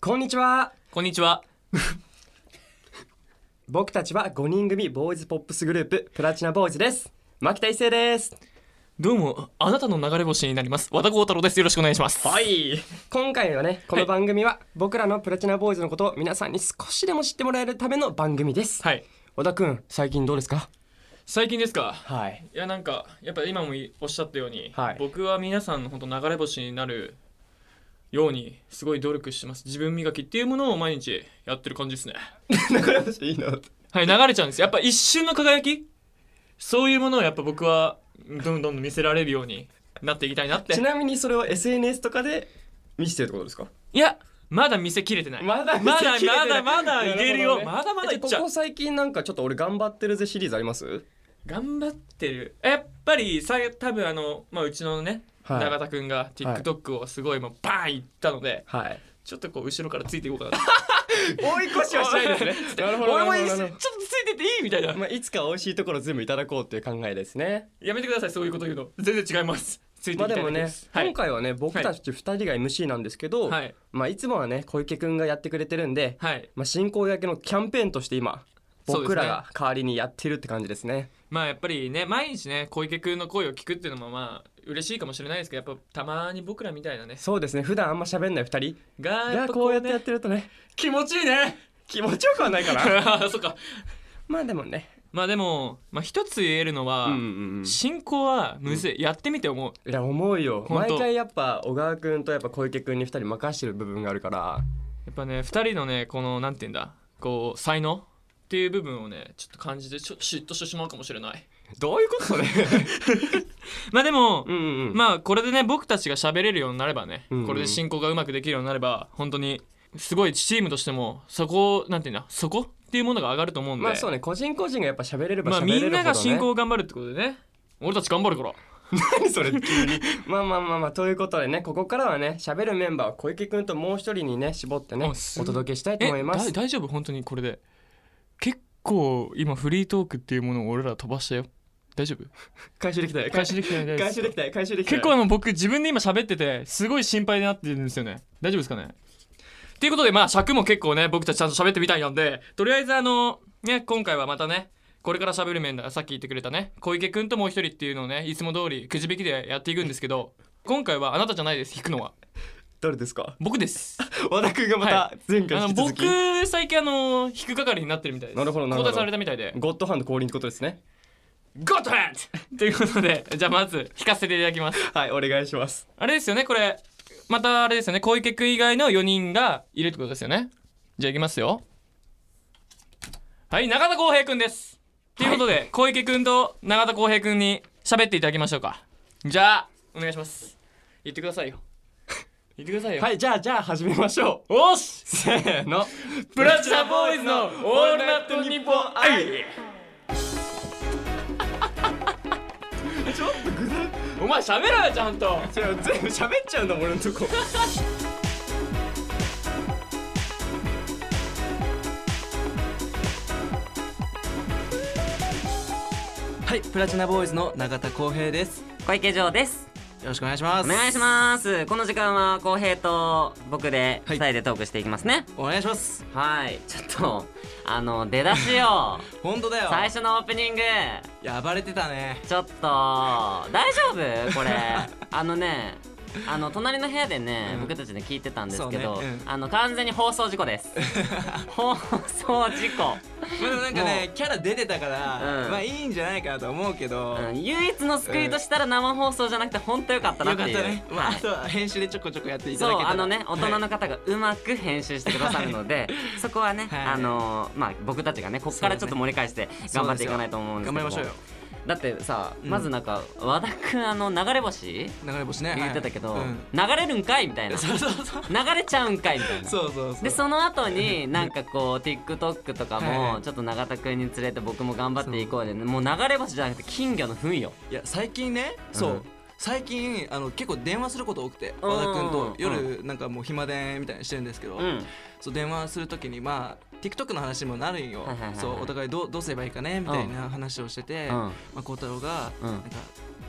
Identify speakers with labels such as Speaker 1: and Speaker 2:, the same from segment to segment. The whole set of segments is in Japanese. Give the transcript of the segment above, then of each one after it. Speaker 1: こんにちは
Speaker 2: こんにちは。
Speaker 1: 僕たちは5人組ボーイズポップスグループプラチナボーイズです牧田一成です
Speaker 2: どうも、あなたの流れ星になります。和田光太郎です。よろしくお願いします。い。
Speaker 1: い今回はねこの番組は僕らのプラチナボーイズのことを皆さんに少しでも知ってもらえるための番組です、
Speaker 2: はい。
Speaker 1: 小田くん最近どうですか
Speaker 2: 最近ですか。
Speaker 1: はい
Speaker 2: いや、なんか、やっぱ今もおっしゃったように、
Speaker 1: はい
Speaker 2: 僕は皆さんの本当流れ星になるように、すごい努力してます。自分磨きっていうものを毎日やってる感じですね。
Speaker 1: 流れ星いいな
Speaker 2: はい、流れちゃうんです。やっぱ一瞬の輝きそういうものをやっぱ僕は、どんどんどん見せられるようになっていきたいなって
Speaker 1: ち。なみにそれを SNS とかで見せてるってことですか
Speaker 2: いや、まだ見せきれてな い。
Speaker 1: まだ見
Speaker 2: ま
Speaker 1: せ
Speaker 2: だ
Speaker 1: きれてな
Speaker 2: ま
Speaker 1: い
Speaker 2: だまだ言える
Speaker 1: なほど
Speaker 2: よ。
Speaker 1: ね
Speaker 2: まだまだ言っち
Speaker 1: じ
Speaker 2: ゃ
Speaker 1: ゃあ
Speaker 2: う
Speaker 1: ここ。最近なんかちょっと俺頑張ってるぜシリーズあります
Speaker 2: 頑張ってるやっぱりさ多分あの、まあ、うちのね、
Speaker 1: はい
Speaker 2: 永田君が TikTok をすごいもうバーンいったので、
Speaker 1: はい
Speaker 2: ちょっとこう後ろからついていこうかな
Speaker 1: 追い越 しはしないです ね なるほど
Speaker 2: 俺もいい
Speaker 1: な
Speaker 2: しちょ
Speaker 1: る
Speaker 2: っ
Speaker 1: ほ
Speaker 2: と
Speaker 1: ど
Speaker 2: ついてっていいみたい な、
Speaker 1: まあ、いつか美味しいところ全部いただこうっていう考えですね
Speaker 2: やめてくださいそういうこと言うの全然違いますついて
Speaker 1: ま
Speaker 2: い
Speaker 1: あで
Speaker 2: きたい
Speaker 1: も
Speaker 2: だけで
Speaker 1: ね、
Speaker 2: す、はい
Speaker 1: 今回はね僕たち2人が MC なんですけど、
Speaker 2: はい
Speaker 1: まあ、いつもはね小池くんがやってくれてるんで、
Speaker 2: はい
Speaker 1: まあ、進行役のキャンペーンとして今
Speaker 2: そうですね
Speaker 1: 僕らが代わりにやってるって感じですね
Speaker 2: まあやっぱりね毎日ね小池君の声を聞くっていうのもまあ嬉しいかもしれないですけどやっぱたまに僕らみたいなね
Speaker 1: そうですね普段あんま喋んない2人
Speaker 2: がや
Speaker 1: が
Speaker 2: っぱ
Speaker 1: こ
Speaker 2: こ
Speaker 1: う
Speaker 2: う
Speaker 1: や
Speaker 2: や
Speaker 1: っ
Speaker 2: ってて
Speaker 1: やってるとね
Speaker 2: 気持ちいいね
Speaker 1: 気持ちよくはないか ら
Speaker 2: そっか
Speaker 1: まあでもね
Speaker 2: まあでも、まあ、一つ言えるのは、
Speaker 1: うんうんうん
Speaker 2: 進行はむずい、やってみて思う
Speaker 1: いや思うよ
Speaker 2: ほんと
Speaker 1: 毎回やっぱ小川くんとやっぱ小池くんに2人任してる部分があるから
Speaker 2: やっぱね2人のねこのなんて言うんだこう才能っていう部分をねちょっと感じてちょ嫉妬してしまうかもしれない
Speaker 1: どういうことね
Speaker 2: まあでも、
Speaker 1: うんうん、
Speaker 2: まあこれでね僕たちが喋れるようになればね、
Speaker 1: うんうん
Speaker 2: これで進行がうまくできるようになれば本当にすごいチームとしてもそこをなんて言うんだそこっていうものが上がると思うんで、
Speaker 1: まあそうね個人個人がやっぱ喋れれば
Speaker 2: まあ
Speaker 1: 喋れるほど、ね
Speaker 2: みんなが進行を頑張るってことでね俺たち頑張るから
Speaker 1: 何 それ急にまあまあまあまあということでねここからはね喋るメンバーを小池くんともう一人にね絞ってね
Speaker 2: あす
Speaker 1: お届けしたいと思います
Speaker 2: だ大丈夫本当にこれで結構今フリートークっていうものを俺ら飛ばしたよ大丈夫
Speaker 1: 回収できたい
Speaker 2: 回収できてない
Speaker 1: 回収できたい回収できたい
Speaker 2: 結構あの僕自分で今喋っててすごい心配になってるんですよね大丈夫ですかねっていうことでまあ尺も結構ね僕たちちゃんと喋ってみたいなんでとりあえずあのね今回はまたねこれから喋る面ださっき言ってくれたね小池くんともう一人っていうのをねいつも通りくじ引きでやっていくんですけど今回はあなたじゃないです引くのは
Speaker 1: 誰ですか
Speaker 2: 僕です
Speaker 1: 和田くんがま
Speaker 2: は
Speaker 1: た前
Speaker 2: あ
Speaker 1: 回
Speaker 2: の
Speaker 1: 引き続き、
Speaker 2: 僕最近あの引く係になってるみたいです
Speaker 1: なるほどなるほど
Speaker 2: 交代されたみたいで
Speaker 1: ゴッドハンド降臨ってことですね
Speaker 2: ゴッドハンド ということでじゃあまず引かせていただきます
Speaker 1: はいお願いします
Speaker 2: あれですよねこれまたあれですよね小池くん以外の4人がいるってことですよねじゃあいきますよはい永田浩平くんですということで、小池くんと永田浩平くんに喋っていただきましょうかじゃあお願いします言ってくださいよ 言ってくださいよ、
Speaker 1: はいじゃあじゃあ始めましょう
Speaker 2: おっし
Speaker 1: せーの
Speaker 2: プラチナボーイズのオールナイトニッポン愛
Speaker 1: ちょっとグダッ
Speaker 2: お前喋ろよちゃんと
Speaker 1: じゃあ全部喋っちゃうんだもん俺のとこ
Speaker 3: はい、プラチナボーイズの永田光平です。
Speaker 4: 小池城です
Speaker 3: よろしくお願いしま
Speaker 4: お
Speaker 3: す。
Speaker 4: 願いしますこの時間は浩平と僕で
Speaker 3: は
Speaker 4: 二
Speaker 3: い
Speaker 4: 人でトークしていきますね
Speaker 3: す。お願いします。
Speaker 4: はいちょっとあの出だ しを
Speaker 3: 本当だよ。
Speaker 4: 最初のオープニング
Speaker 3: いや暴れてたね。
Speaker 4: ちょっと大丈夫 これあのねあの隣の部屋でね、
Speaker 3: うん
Speaker 4: 僕たちね聞いてたんですけ
Speaker 3: そ
Speaker 4: ど、
Speaker 3: うねうん
Speaker 4: あの完全に放送事故です 放送事故、
Speaker 3: まあでもなんかね、キャラ出てたから、
Speaker 4: うん
Speaker 3: まあいいんじゃないかなと思うけど。
Speaker 4: う
Speaker 3: よ
Speaker 4: ん、唯一の救いとしたら生放送じゃなくて本当よかった
Speaker 3: か
Speaker 4: な
Speaker 3: っ
Speaker 4: って
Speaker 3: た
Speaker 4: いう
Speaker 3: ね。まあ
Speaker 4: は
Speaker 3: あ
Speaker 4: い
Speaker 3: とは編集でちょこちょこやっていただ
Speaker 4: そ
Speaker 3: け
Speaker 4: う
Speaker 3: たら。
Speaker 4: あのね大人の方がうまく編集してくださるので、 そこはね、
Speaker 3: はい
Speaker 4: あのーまあ僕たちがねここからちょっと盛り返して
Speaker 3: そうですよ
Speaker 4: 頑張っていかないと思うんですけど
Speaker 3: 頑張り
Speaker 4: も
Speaker 3: ましょうよ。
Speaker 4: だってさ、
Speaker 3: うん
Speaker 4: まずなんか和田くんあの流れ星
Speaker 3: 流れ星ね。
Speaker 4: 言ってたけど、
Speaker 3: はい
Speaker 4: 流れるんかいみたいな
Speaker 3: うんそうそうそう。
Speaker 4: 流れちゃうんかいみたいな
Speaker 3: そうそうそう。
Speaker 4: でその後になんかこう TikTok とか
Speaker 3: はいは
Speaker 4: も
Speaker 3: い
Speaker 4: ちょっと永田くんに連れて僕も頑張っていこうでね、もう流れ星じゃなくて金魚の糞よ
Speaker 3: いや最近ね、
Speaker 4: う。
Speaker 3: そうん最近あの結構電話すること多くて
Speaker 4: うん
Speaker 3: 和田君と
Speaker 4: う
Speaker 3: 夜なんかもう暇でみたいにしてるんですけど、
Speaker 4: うん
Speaker 3: そう電話するときにまあ TikTok の話にもなるんよ、
Speaker 4: はいはいはい
Speaker 3: そうお互いどうどうすればいいかねみたいな話をしてて、
Speaker 4: うん
Speaker 3: まあ、孝太郎が「
Speaker 4: うん
Speaker 3: なんか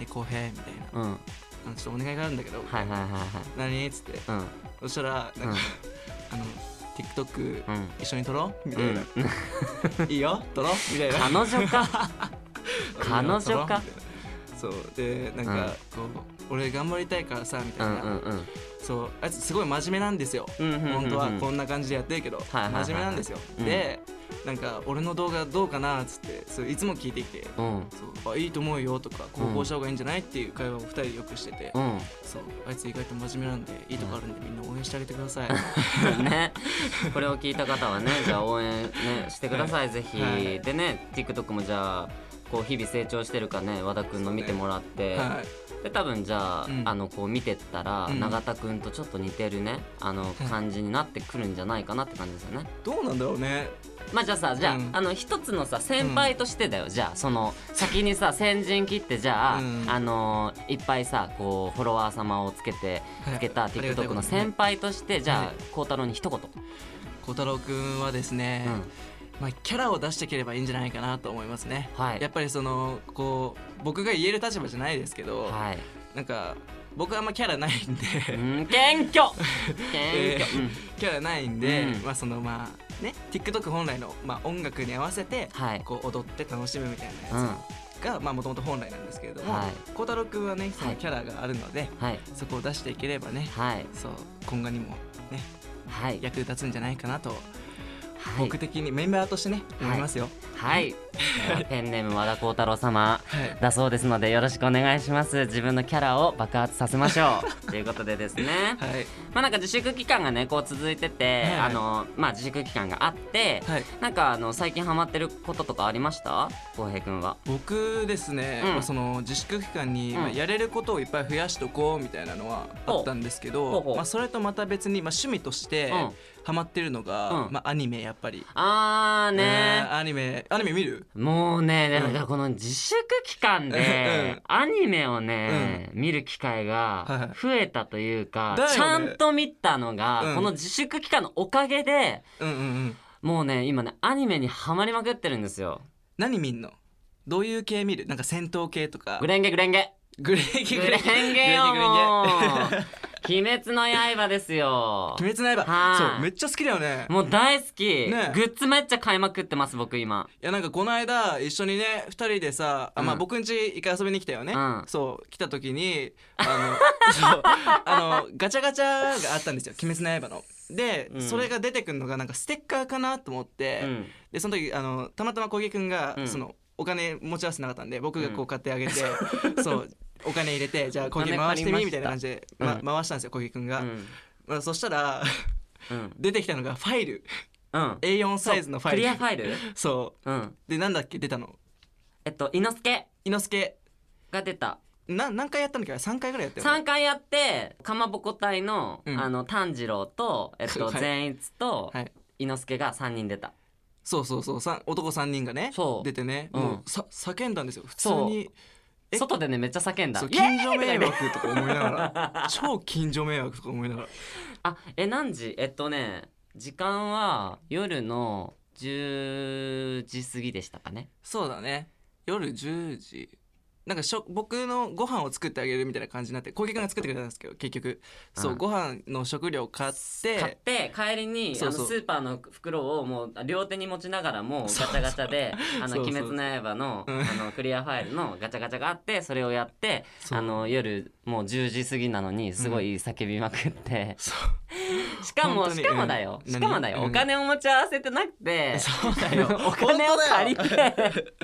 Speaker 3: え浩平」みたいな
Speaker 4: うんはい
Speaker 3: 「あのちょっとお願いがあるんだけど、
Speaker 4: はいはいはい
Speaker 3: 何?」っつって
Speaker 4: はい
Speaker 3: そしたらなんか、あの TikTok
Speaker 4: うん
Speaker 3: 一緒に撮ろうみた
Speaker 4: う
Speaker 3: い
Speaker 4: ん
Speaker 3: な、いいよ撮ろうみたいな
Speaker 4: 彼女 か彼女
Speaker 3: 撮ろうみたい
Speaker 4: か
Speaker 3: なそうでなんかこう、俺頑張りたいからさみ
Speaker 4: う
Speaker 3: たい
Speaker 4: ん
Speaker 3: な、
Speaker 4: うんうん
Speaker 3: そうあいつすごい真面目なんですよ、
Speaker 4: うんうんうんうん
Speaker 3: 本当はこんな感じでやってるけど、
Speaker 4: いはいはい
Speaker 3: 真面目なんですよ、
Speaker 4: うん
Speaker 3: でなんか俺の動画どうかなっつってそういつも聞いてきて
Speaker 4: うん
Speaker 3: そうあいいと思うよとか
Speaker 4: うん
Speaker 3: 高校した方がいいんじゃないっていう会話を2人でよくしてて、
Speaker 4: うん
Speaker 3: そうあいつ意外と真面目なんでいいとこあるんでみんな応援してあげてください
Speaker 4: ね、これを聞いた方は ねじゃあ応援、ね、してください、ぜひ、
Speaker 3: はい
Speaker 4: でね TikTok もじゃあこう日々成長してるかね和田くんの見てもらって、
Speaker 3: はい
Speaker 4: で多分じゃあ,、
Speaker 3: うん
Speaker 4: あのこう見てったら、
Speaker 3: うん
Speaker 4: 永田くんとちょっと似てるねあの感じになってくるんじゃないかなって感じですよね。
Speaker 3: どうなんだろうね
Speaker 4: まあじゃあさじゃあ,、
Speaker 3: うん
Speaker 4: あの一つのさ先輩としてだよ、じゃあその先にさ先陣切ってじゃあ、
Speaker 3: うん
Speaker 4: あのーいっぱいさこうフォロワー様をつけて
Speaker 3: はい
Speaker 4: つけた
Speaker 3: ありがたい
Speaker 4: TikTok
Speaker 3: こと
Speaker 4: の
Speaker 3: ですね
Speaker 4: 先輩として、じ
Speaker 3: は
Speaker 4: ゃあ
Speaker 3: い
Speaker 4: 孝太郎に一言。
Speaker 3: 小太郎くんはですね、
Speaker 4: うん
Speaker 3: まあ、キャラを出していければいいんじゃないかなと思いますね、
Speaker 4: はい
Speaker 3: やっぱりそのこう僕が言える立場じゃないですけど、
Speaker 4: はい。
Speaker 3: なんか僕はあんまキャラないんで
Speaker 4: うん 謙虚。謙
Speaker 3: え
Speaker 4: 虚。うん
Speaker 3: ーキャラないんで、
Speaker 4: うん
Speaker 3: まあそのまあね TikTok 本来の、まあ、音楽に合わせて、
Speaker 4: はい
Speaker 3: こう踊って楽しむみたいな
Speaker 4: うん
Speaker 3: やつがもともと本来なんですけれども
Speaker 4: はい
Speaker 3: 孝、太郎くんはねそ
Speaker 4: は
Speaker 3: の
Speaker 4: い
Speaker 3: キャラがあるので、
Speaker 4: はい
Speaker 3: そこを出していければね
Speaker 4: はい
Speaker 3: そう今後にもね
Speaker 4: はい
Speaker 3: 役立つんじゃないかなと、
Speaker 4: はい
Speaker 3: 僕的にメンバーとしてね
Speaker 4: はい
Speaker 3: 思いますよ。
Speaker 4: はい。で はペンネーム和田孝太郎様。
Speaker 3: はい
Speaker 4: だそうですのでよろしくお願いします自分のキャラを爆発させましょ うということでですね
Speaker 3: はい
Speaker 4: まあなんか自粛期間がねこう続いてて、
Speaker 3: はい
Speaker 4: あのまあ自粛期間があって、
Speaker 3: はい
Speaker 4: なんかあの最近ハマってることとかありました浩平くんは
Speaker 3: 僕ですね、
Speaker 4: うん
Speaker 3: まあその自粛期間に、
Speaker 4: うん
Speaker 3: まあやれることをいっぱい増やしとこうみたいなのはあったんですけ
Speaker 4: ほうほう
Speaker 3: ど
Speaker 4: ほう
Speaker 3: まあ、それとまた別に、まあ、趣味として
Speaker 4: うん
Speaker 3: ハマってるのが、
Speaker 4: うん
Speaker 3: まあ、アニメやっぱり。
Speaker 4: あーね
Speaker 3: うんアニメアニメ見る
Speaker 4: もうねだ
Speaker 3: うん
Speaker 4: からこの自粛期間でアニメをね、見る機会
Speaker 3: はい
Speaker 4: が
Speaker 3: はい
Speaker 4: 増えたというか、
Speaker 3: だよね
Speaker 4: ちゃんと見たのが、
Speaker 3: うん
Speaker 4: この自粛期間のおかげで
Speaker 3: うんうんうん
Speaker 4: もうね今ねアニメにハマりまくってるんですよ。
Speaker 3: 何見んのどういう系見るなんか戦闘系とか
Speaker 4: グレンゲグレンゲ
Speaker 3: グレーギ
Speaker 4: グ
Speaker 3: グ
Speaker 4: レ
Speaker 3: レーギ
Speaker 4: ン
Speaker 3: グレ
Speaker 4: ゲ
Speaker 3: ーギ
Speaker 4: よ
Speaker 3: グレーギ
Speaker 4: もう 鬼滅の刃ですよ
Speaker 3: 鬼滅
Speaker 4: は
Speaker 3: の刃
Speaker 4: い
Speaker 3: そうめっちゃ好きだよね
Speaker 4: もう大好き、
Speaker 3: ね
Speaker 4: グッズめっちゃ買いまくってます僕今
Speaker 3: いやなんかこの間一緒にね二人でさ、あ
Speaker 4: う
Speaker 3: まあ
Speaker 4: ん
Speaker 3: 僕ん家一回遊びに来たよね、
Speaker 4: うん
Speaker 3: そう来た時にあ のそうあのガチャガチャがあったんですよ「鬼滅の刃の」で、
Speaker 4: うん
Speaker 3: それが出てくるのがなんかステッカーかなと思って、
Speaker 4: うん
Speaker 3: でその時あのたまたま小木くんが、
Speaker 4: うん
Speaker 3: そのお金持ち合わせてなかったんで僕がこう買って あげて、そうお金入れてじゃあ小木
Speaker 4: お金
Speaker 3: 回して
Speaker 4: 借りました
Speaker 3: みみたいな感じで、
Speaker 4: うん
Speaker 3: ま、回したんですよ小木く
Speaker 4: う
Speaker 3: んが、
Speaker 4: ん
Speaker 3: まあ、そしたら
Speaker 4: うん
Speaker 3: 出てきたのがファイル
Speaker 4: うん
Speaker 3: A4 サイズのファ
Speaker 4: ク
Speaker 3: イ
Speaker 4: リア
Speaker 3: ル
Speaker 4: ファイル
Speaker 3: そう
Speaker 4: うん
Speaker 3: でなんだっけ出たの
Speaker 4: えっと伊之助
Speaker 3: 伊之助
Speaker 4: が出た
Speaker 3: な何回やったんだっけ3回ぐらいやったよね
Speaker 4: 3回やってかまぼこ隊の,、
Speaker 3: うん
Speaker 4: あの炭治郎と、えっと、
Speaker 3: はい
Speaker 4: 善逸と
Speaker 3: はい
Speaker 4: 伊之助が3人出た
Speaker 3: そうそうそうさん男3人がね
Speaker 4: そう
Speaker 3: 出てね、
Speaker 4: うん
Speaker 3: もうさ叫んだんですよ普通にえ
Speaker 4: 外でねめっちゃ叫んだ
Speaker 3: そう
Speaker 4: イエーイ
Speaker 3: 近所迷惑とか思いなが ら超近所迷惑とか思いながら
Speaker 4: あえ何時えっとね時間は夜の10時過ぎでしたかね
Speaker 3: そうだね夜10時なんかしょ僕のご飯を作ってあげるみたいな感じになって小池君が作ってくれたんですけど結局そう、
Speaker 4: うん
Speaker 3: ご飯の食料買って
Speaker 4: 買って帰りに
Speaker 3: そうそう
Speaker 4: あのスーパーの袋をもう両手に持ちながらもうガチャガチャで「あの
Speaker 3: そう
Speaker 4: 鬼
Speaker 3: そう
Speaker 4: 滅の刃の」
Speaker 3: うん
Speaker 4: あのクリアファイルのガチャガチャがあってそれをやって
Speaker 3: そう
Speaker 4: あの夜もう10時過ぎなのにすごい叫びまくって、
Speaker 3: そ
Speaker 4: しかも
Speaker 3: 本当
Speaker 4: し
Speaker 3: に
Speaker 4: かもだよ
Speaker 3: うん
Speaker 4: しかもだよ
Speaker 3: 何
Speaker 4: お金を持ち合わせてなくて
Speaker 3: うそうだよ
Speaker 4: お金を借り
Speaker 3: 本
Speaker 4: て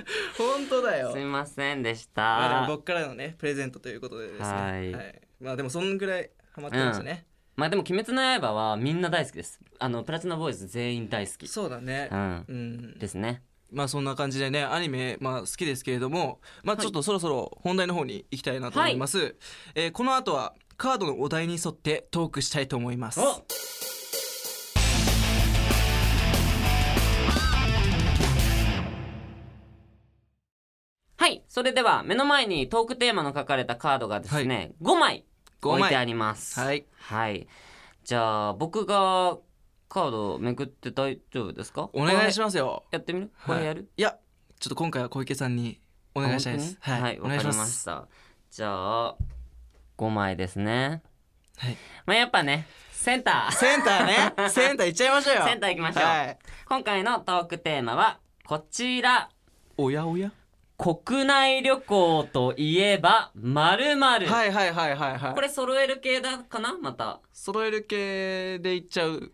Speaker 3: 当だよ
Speaker 4: すいませんでし
Speaker 3: まあでも
Speaker 4: た。
Speaker 3: 僕からのねプレゼントということでですね
Speaker 4: はい
Speaker 3: まあでもそんぐらいハマってましたね、
Speaker 4: まあでも「鬼滅の刃」はみんな大好きですあのプラチナボーイズ全員大好き
Speaker 3: そうだね
Speaker 4: うん
Speaker 3: うん
Speaker 4: ですね
Speaker 3: まあそんな感じでねアニメ、まあ、好きですけれどもまあ
Speaker 4: はい
Speaker 3: ちょっとそろそろ本題の方に行きたいなと思います、えーこの後はカードのお題に沿ってトークしたいと思います
Speaker 4: おはいそれでは目の前にトークテーマの書かれたカードがですね、5枚
Speaker 3: 5枚
Speaker 4: 置いてあります
Speaker 3: はい
Speaker 4: はいじゃあ僕がカードをめくって大丈夫ですか
Speaker 3: お願いし
Speaker 4: ます
Speaker 3: ますよ
Speaker 4: やってみるこ
Speaker 3: はい
Speaker 4: れやる、
Speaker 3: いやちょっと今回は小池さんにお願いしたいです
Speaker 4: あ本当にはい、
Speaker 3: お
Speaker 4: わ、
Speaker 3: 願い
Speaker 4: か
Speaker 3: し
Speaker 4: りま
Speaker 3: ます
Speaker 4: したじゃあ5枚ですね
Speaker 3: はい
Speaker 4: まあやっぱねセンター
Speaker 3: センターね センター行っちゃいましょうよ
Speaker 4: センター行きましょう
Speaker 3: はい、
Speaker 4: 今回のトークテーマはこちら
Speaker 3: おやおや
Speaker 4: 国内旅行といえばまるまる
Speaker 3: はいはいはいはいはい
Speaker 4: これ揃える系だかなまた
Speaker 3: 揃える系で行っちゃう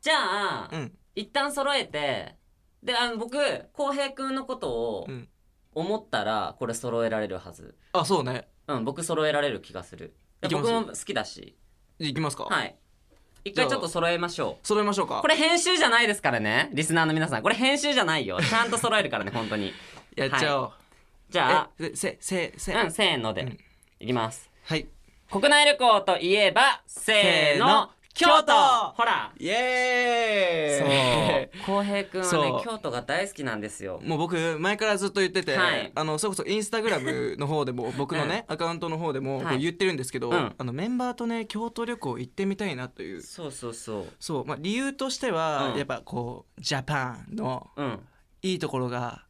Speaker 4: じゃあ、
Speaker 3: うん
Speaker 4: 一旦揃えてであの僕浩平くんのことを
Speaker 3: うん
Speaker 4: 思ったらこれ揃えられるはず
Speaker 3: あそうね
Speaker 4: うん僕揃えられる気がする
Speaker 3: いけます
Speaker 4: 僕も好きだし
Speaker 3: 行きますか
Speaker 4: はい一回ちょっと揃えましょ
Speaker 3: 揃えましょうか
Speaker 4: うこれ編集じゃないですからねリスナーの皆さんこれ編集じゃない よちゃんと揃えるからね本当に
Speaker 3: やっちゃおう、
Speaker 4: じゃ
Speaker 3: えでせせせ、
Speaker 4: あうんせーので、
Speaker 3: うん
Speaker 4: いきます
Speaker 3: はい
Speaker 4: 国内旅行といえばせーの
Speaker 3: せ
Speaker 4: 京
Speaker 3: ー
Speaker 4: 都
Speaker 3: の京都
Speaker 4: ほら
Speaker 3: イエーイ
Speaker 4: そう浩平くんは
Speaker 3: そ
Speaker 4: ね
Speaker 3: う
Speaker 4: 京都が大好きなんですよ
Speaker 3: もう僕前からずっと言ってて、
Speaker 4: はい
Speaker 3: あのそれこそインスタグラムの方 でも僕のね、アカウントの方でも
Speaker 4: はい
Speaker 3: こう言ってるんですけど、
Speaker 4: うん
Speaker 3: あのメンバーとね京都旅行行ってみたいなという
Speaker 4: そうそうそう
Speaker 3: そう、まあ、理由としては、
Speaker 4: うん
Speaker 3: やっぱこうジャパンの
Speaker 4: うん
Speaker 3: いいところが、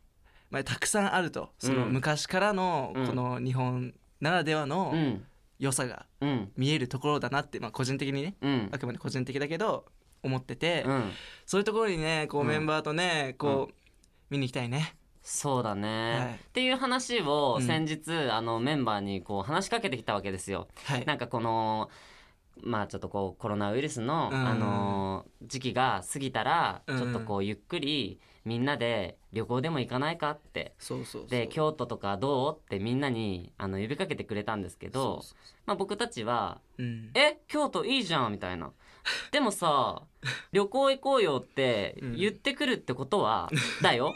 Speaker 3: まあ、たくさんあるとその
Speaker 4: うん
Speaker 3: 昔からの
Speaker 4: うん
Speaker 3: この日本ならでは
Speaker 4: う
Speaker 3: の
Speaker 4: ん
Speaker 3: 良さが
Speaker 4: うん
Speaker 3: 見えるところだなって、まあ、個人的にね
Speaker 4: うん
Speaker 3: あくまで個人的だけど思ってて、
Speaker 4: うん
Speaker 3: そういうところにねこう
Speaker 4: うん
Speaker 3: メンバーとね、こう、見に行きたいね。
Speaker 4: そうだね、
Speaker 3: はい
Speaker 4: っていう話を先日、あのメンバーにこう話しかけてきたわけですよ
Speaker 3: はい
Speaker 4: なんかこのまあちょっとこうコロナウイルスの、
Speaker 3: うん
Speaker 4: あの時期が過ぎたら、
Speaker 3: うん
Speaker 4: ちょっとこうゆっくりみんなで旅行でも行かないかって
Speaker 3: そうそうそう
Speaker 4: で京都とかどうってみんなにあの呼びかけてくれたんですけど
Speaker 3: そうそう
Speaker 4: まあ、僕たちは
Speaker 3: そううん
Speaker 4: 「え京都いいじゃん」みたいな。でも さ旅行行こうよって言ってくるってことは、だよ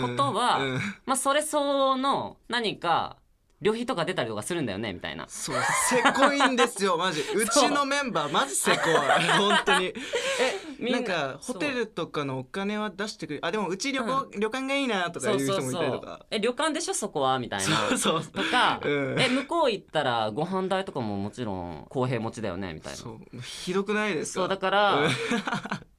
Speaker 4: ことは
Speaker 3: うんうん
Speaker 4: まあそれ相応の何か旅費とか出たりとかするんだよねみたいな
Speaker 3: そうせこいんです よマジうちのメンバーマジせこい本当にえ
Speaker 4: みん
Speaker 3: な
Speaker 4: なん
Speaker 3: かホ
Speaker 4: そう
Speaker 3: テルとかのお金は出してくれあでもうち旅行、
Speaker 4: う
Speaker 3: 旅館がいいなとか
Speaker 4: そ
Speaker 3: いう
Speaker 4: うそう
Speaker 3: 人もい
Speaker 4: そ
Speaker 3: たりと
Speaker 4: う
Speaker 3: か
Speaker 4: え旅館でしょそこはみたいな
Speaker 3: そうそうそう
Speaker 4: とか、
Speaker 3: うん
Speaker 4: え向こう行ったらご飯代とかももちろん公平持ちだよねみたいな
Speaker 3: そ
Speaker 4: そう
Speaker 3: ひどくないで
Speaker 4: う
Speaker 3: すか
Speaker 4: だ
Speaker 3: か
Speaker 4: から、
Speaker 3: うん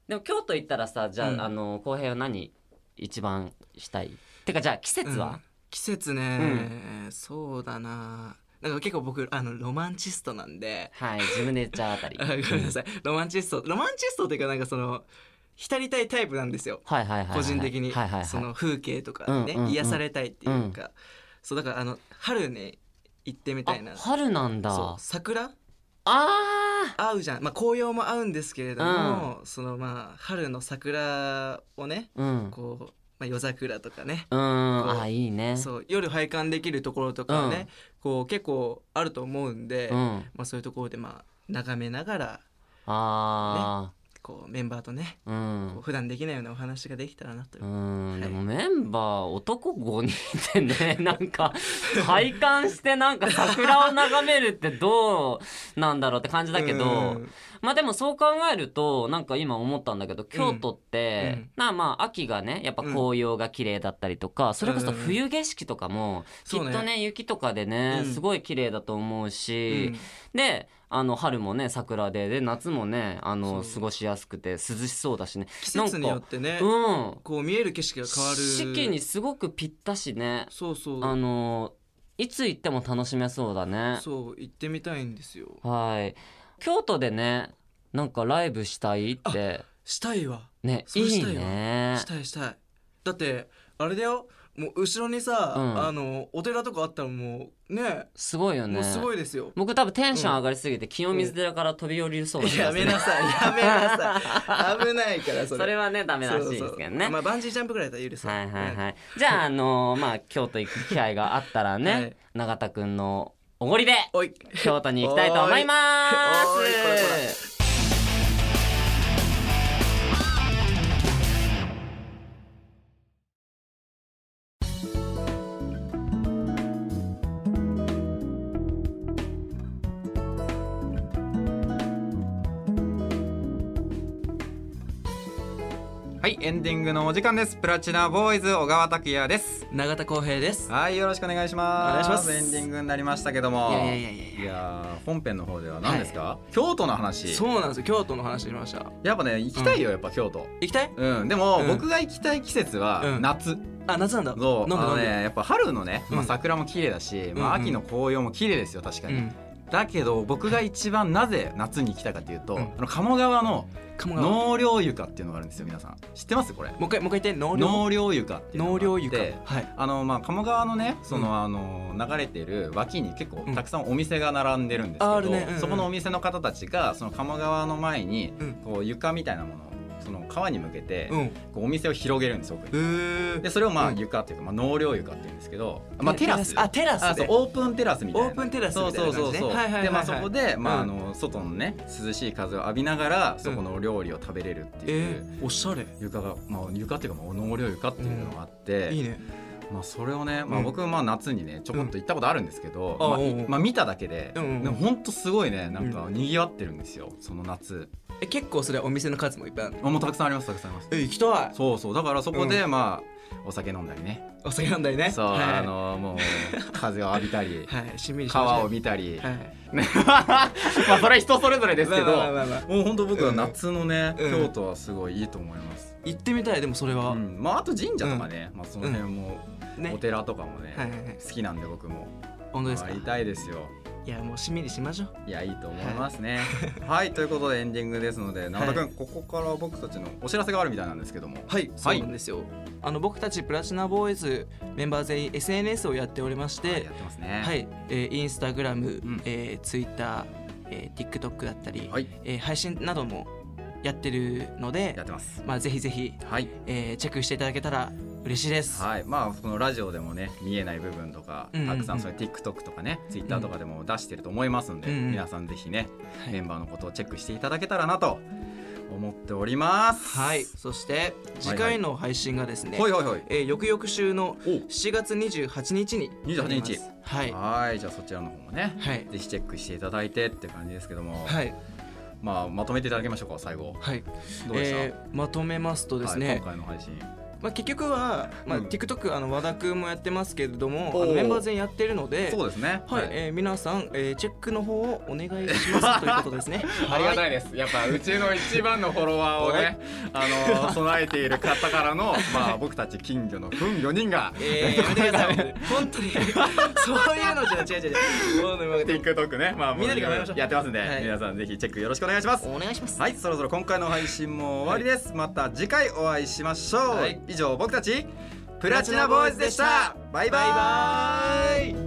Speaker 4: でも京都行ったらさじゃあ,、
Speaker 3: うん
Speaker 4: あの公平は何一番したいてかじゃあ季節は、
Speaker 3: 季節ね、そうだななんか結構僕あのロマンチストなんで
Speaker 4: はい自分で言っちゃうあたり
Speaker 3: あごめんなさいロマンチストロマンチストっていうかなんかその浸りたいタイプなんですよ
Speaker 4: はいはいはいはいはい
Speaker 3: 個人的に
Speaker 4: はいはいはい
Speaker 3: その風景とかね
Speaker 4: うんうんうん
Speaker 3: 癒されたいっていうかそうだからあの春ね行ってみたいな
Speaker 4: あ春なんだ
Speaker 3: そう
Speaker 4: あ
Speaker 3: 桜
Speaker 4: あ
Speaker 3: 合うじゃんまあ紅葉も合うんですけれどもそのまあ春の桜をね
Speaker 4: ーうん
Speaker 3: こうまあ夜桜とかね
Speaker 4: うん
Speaker 3: こう
Speaker 4: あいいね
Speaker 3: そう夜拝観できるところとかはねこう結構あると思うんで
Speaker 4: うん
Speaker 3: まあそういうところでまあ眺めながら
Speaker 4: あ
Speaker 3: こうメンバーとね
Speaker 4: あ、うん
Speaker 3: こう普段できないようなお話ができたらなというう
Speaker 4: ー
Speaker 3: は
Speaker 4: ん
Speaker 3: い
Speaker 4: でもメンバー男5人で ねなんか拝観してなんか桜を眺めるってどうなんだろうって感じだけど、
Speaker 3: うん
Speaker 4: まあでもそう考えるとなんか今思ったんだけど京都って、
Speaker 3: うん
Speaker 4: なあまあ秋がねやっぱ紅葉が綺麗だったりとか、それこそ冬景色とかも、きっ
Speaker 3: そうね
Speaker 4: とね雪とかでね、
Speaker 3: うん
Speaker 4: すごい綺麗だと思うし。
Speaker 3: うん
Speaker 4: であの春もね桜でで夏もねあの
Speaker 3: そう
Speaker 4: 過ごしやすくて涼しそうだしね
Speaker 3: 季節によってね
Speaker 4: うん
Speaker 3: こう見える景色が変わる
Speaker 4: 四季にすごくぴったしね
Speaker 3: そうそう
Speaker 4: あのいつ行っても楽しめそうだね
Speaker 3: そう行ってみたいんですよ
Speaker 4: はい京都でねなんかライブしたいって
Speaker 3: したいわ
Speaker 4: ね
Speaker 3: そ
Speaker 4: いう
Speaker 3: し
Speaker 4: い
Speaker 3: たいわ
Speaker 4: ね
Speaker 3: したいしたいだってあれだよもう後ろにさ、
Speaker 4: うん
Speaker 3: あのお寺とかあったらもうね
Speaker 4: すごいよ
Speaker 3: も
Speaker 4: ね
Speaker 3: うすごいですよ
Speaker 4: 僕多分テンション上がりすぎて清水寺から飛び降りるそうな気が
Speaker 3: や
Speaker 4: す
Speaker 3: め
Speaker 4: る
Speaker 3: なさいやめなさい危ないからそれ
Speaker 4: それはねダメらしい
Speaker 3: そう
Speaker 4: で
Speaker 3: そう
Speaker 4: すけどね
Speaker 3: まあ、バンジージャンプぐらいだったら許す
Speaker 4: はいはい
Speaker 3: い
Speaker 4: はい。じゃあ、あのーまあ、京都行く機会があったらね、
Speaker 3: はい
Speaker 4: 永田くんのおごりで、
Speaker 3: おい
Speaker 4: 京都に行きたいと思いま
Speaker 3: おいおいこれこれ
Speaker 4: す。
Speaker 5: はい、エンディングのお時間です。プラチナボーイズ小川拓也です。
Speaker 3: 永田浩平です
Speaker 5: はい、よろしくお願いします。
Speaker 3: お願いします
Speaker 5: エンディングになりましたけども。
Speaker 3: いやいやいやいやいや
Speaker 5: いやー本編の方では何ですか、京都の話
Speaker 3: そうなんですよ京都の話しました
Speaker 5: やっぱね行きたいよ、やっぱ京都
Speaker 3: 行きたい
Speaker 5: うんでも、
Speaker 3: うん
Speaker 5: 僕が行きたい季節
Speaker 3: う
Speaker 5: は
Speaker 3: ん
Speaker 5: 夏、
Speaker 3: あ夏なんだ
Speaker 5: そう
Speaker 3: 飲
Speaker 5: あ
Speaker 3: ん
Speaker 5: の
Speaker 3: で飲ん
Speaker 5: ね
Speaker 3: で
Speaker 5: やっぱ春のね、ま
Speaker 3: う
Speaker 5: あ、
Speaker 3: ん
Speaker 5: 桜も綺麗だし、
Speaker 3: うん
Speaker 5: まあ、
Speaker 3: うん
Speaker 5: 秋の紅葉も綺麗ですよ確か
Speaker 3: う
Speaker 5: に、
Speaker 3: ん
Speaker 5: だけど僕が一番なぜ夏に来たかというと、
Speaker 2: うん
Speaker 5: あの鴨川の
Speaker 3: 鴨川も
Speaker 5: 納涼床っていうのがあるんですよ皆さん知ってますこれ
Speaker 3: う一回もう一回言って納涼
Speaker 5: 納涼床っていうのがあ
Speaker 3: 納
Speaker 5: って
Speaker 3: 涼床はい
Speaker 5: あのまあ鴨川のねそうのあの流れてる脇に結構
Speaker 3: うん
Speaker 5: たくさんお店が並んでるんですけど、
Speaker 3: あるねうんうん
Speaker 5: そこのお店の方たちがその鴨川の前に
Speaker 3: うん
Speaker 5: こう床みたいなものをその川に向けて
Speaker 3: うんへ
Speaker 5: こうお店を広げるんです奥に。
Speaker 3: え
Speaker 5: でそれをまあ
Speaker 3: うん
Speaker 5: 床っていうか、まあ、納涼床っていうんですけど、まあ、テラス
Speaker 3: あテラス
Speaker 5: あそう
Speaker 3: で
Speaker 5: オープンテラスみたいな
Speaker 3: オープンテラスみたいな感じね
Speaker 5: そうそうそうそう、
Speaker 3: はいはいはいはい
Speaker 5: でまあそこで、まあ、あ
Speaker 3: うん
Speaker 5: の外のね涼しい風を浴びながらそこの料理を食べれるってい
Speaker 3: え
Speaker 5: う、
Speaker 3: ーおしゃれ
Speaker 5: 床が、まあ、床っていうかまあ納涼床っていうのがあって、
Speaker 3: いいね
Speaker 5: まあ、それをね、ま
Speaker 3: う
Speaker 5: あ、
Speaker 3: ん
Speaker 5: 僕まあ夏にねちょこっと行ったことあるんですけど、
Speaker 3: うん
Speaker 5: ま
Speaker 3: あ
Speaker 5: あ
Speaker 3: おうおう
Speaker 5: まあ、見ただけで、
Speaker 3: うんうんうん
Speaker 5: でもほんとすごいねなんかにぎわってるんですよその夏
Speaker 3: え結構それはお店の数もいっぱいあるの
Speaker 5: あもうたくさんありますたくさんあります
Speaker 3: え行きたい
Speaker 5: そうそうだからそこで、まあお酒飲んだりね
Speaker 3: お酒飲んだりね
Speaker 5: そう、
Speaker 3: はい
Speaker 5: あのもう 風を浴びたり
Speaker 3: はいしんみりしました
Speaker 5: 川を見たり、
Speaker 3: はい
Speaker 5: まあそれは人それぞれですけど、
Speaker 3: まあまあまあまあ
Speaker 5: もう本当僕は夏のね、
Speaker 3: うん
Speaker 5: 京都はすごいいいと思います、
Speaker 3: 行ってみたいでもそれ
Speaker 5: う
Speaker 3: は
Speaker 5: んまああと神社とかね、まあその辺も、
Speaker 3: ね
Speaker 5: お寺とかもね、
Speaker 3: はいはいはい
Speaker 5: 好きなんで僕も
Speaker 3: 本当ですか
Speaker 5: 回りたいですよ
Speaker 3: いやもうしんみりしましょう
Speaker 5: いやいいと思いますねはい、ということでエンディングですので永田君、ここから僕たちのお知らせがあるみたいなんですけども
Speaker 3: はいそうなんですよ、あの僕たちプラチナボーイズメンバー全員 SNS をやっておりまし
Speaker 5: はい
Speaker 3: て
Speaker 5: やってますね
Speaker 3: はい、えーインスタグラム
Speaker 5: ん、
Speaker 3: えーツイッター、えー、TikTok だったり、
Speaker 5: はい
Speaker 3: えー配信などもやってるので
Speaker 5: やっ、てます
Speaker 3: まあ、ぜひぜひ、
Speaker 5: はい
Speaker 3: えーチェックしていただけたら嬉しいです。
Speaker 5: はいまあこのラジオでもね見えない部分とか、
Speaker 3: うんうんうん
Speaker 5: たくさんそれ TikTok とかね Twitter とかでも出してると思いますんで、
Speaker 3: うんうん
Speaker 5: 皆さんぜひね、
Speaker 3: はい
Speaker 5: メンバーのことをチェックしていただけたらなと思っております
Speaker 3: はい、そして次回の配信がですね、
Speaker 5: はいはいはい
Speaker 3: えー翌々週の
Speaker 5: お
Speaker 3: 7月28日に
Speaker 5: 28
Speaker 3: なりますはい
Speaker 5: はいじゃあそちらの方もね
Speaker 3: はい
Speaker 5: ぜひチェックしていただいてって感じですけども、
Speaker 3: はい
Speaker 5: まあまとめていただきましょうか最後
Speaker 3: はい、
Speaker 5: どうでした、
Speaker 3: えーまとめますとですね、
Speaker 5: はい、今回の配信
Speaker 3: まあ、結局は、まあ
Speaker 5: うん
Speaker 3: TikTok あの和田君もやってますけれども
Speaker 5: おー
Speaker 3: あのメンバー全員やってるので
Speaker 5: そうですね
Speaker 3: はい、えー皆さん、えーチェックの方をお願いしますということです ね
Speaker 5: ありがたいですやっぱうちの一番のフォロワーをね あのー備えている方からのまあ僕たち金魚のフン4人が
Speaker 3: えー、やめてください本当に そういうのじゃ違う違う違う
Speaker 5: TikTok ねまあ
Speaker 3: みんなで頑張りましょう
Speaker 5: やってますんで、
Speaker 3: はい
Speaker 5: 皆さんぜひチェックよろしくお願いします
Speaker 3: お願いします
Speaker 5: はいそろそろ今回の配信も終わりです、また次回お会いしましょう、
Speaker 3: はい
Speaker 5: 以上僕たちプラチナボーイズでしたバイバイ
Speaker 3: バイバイ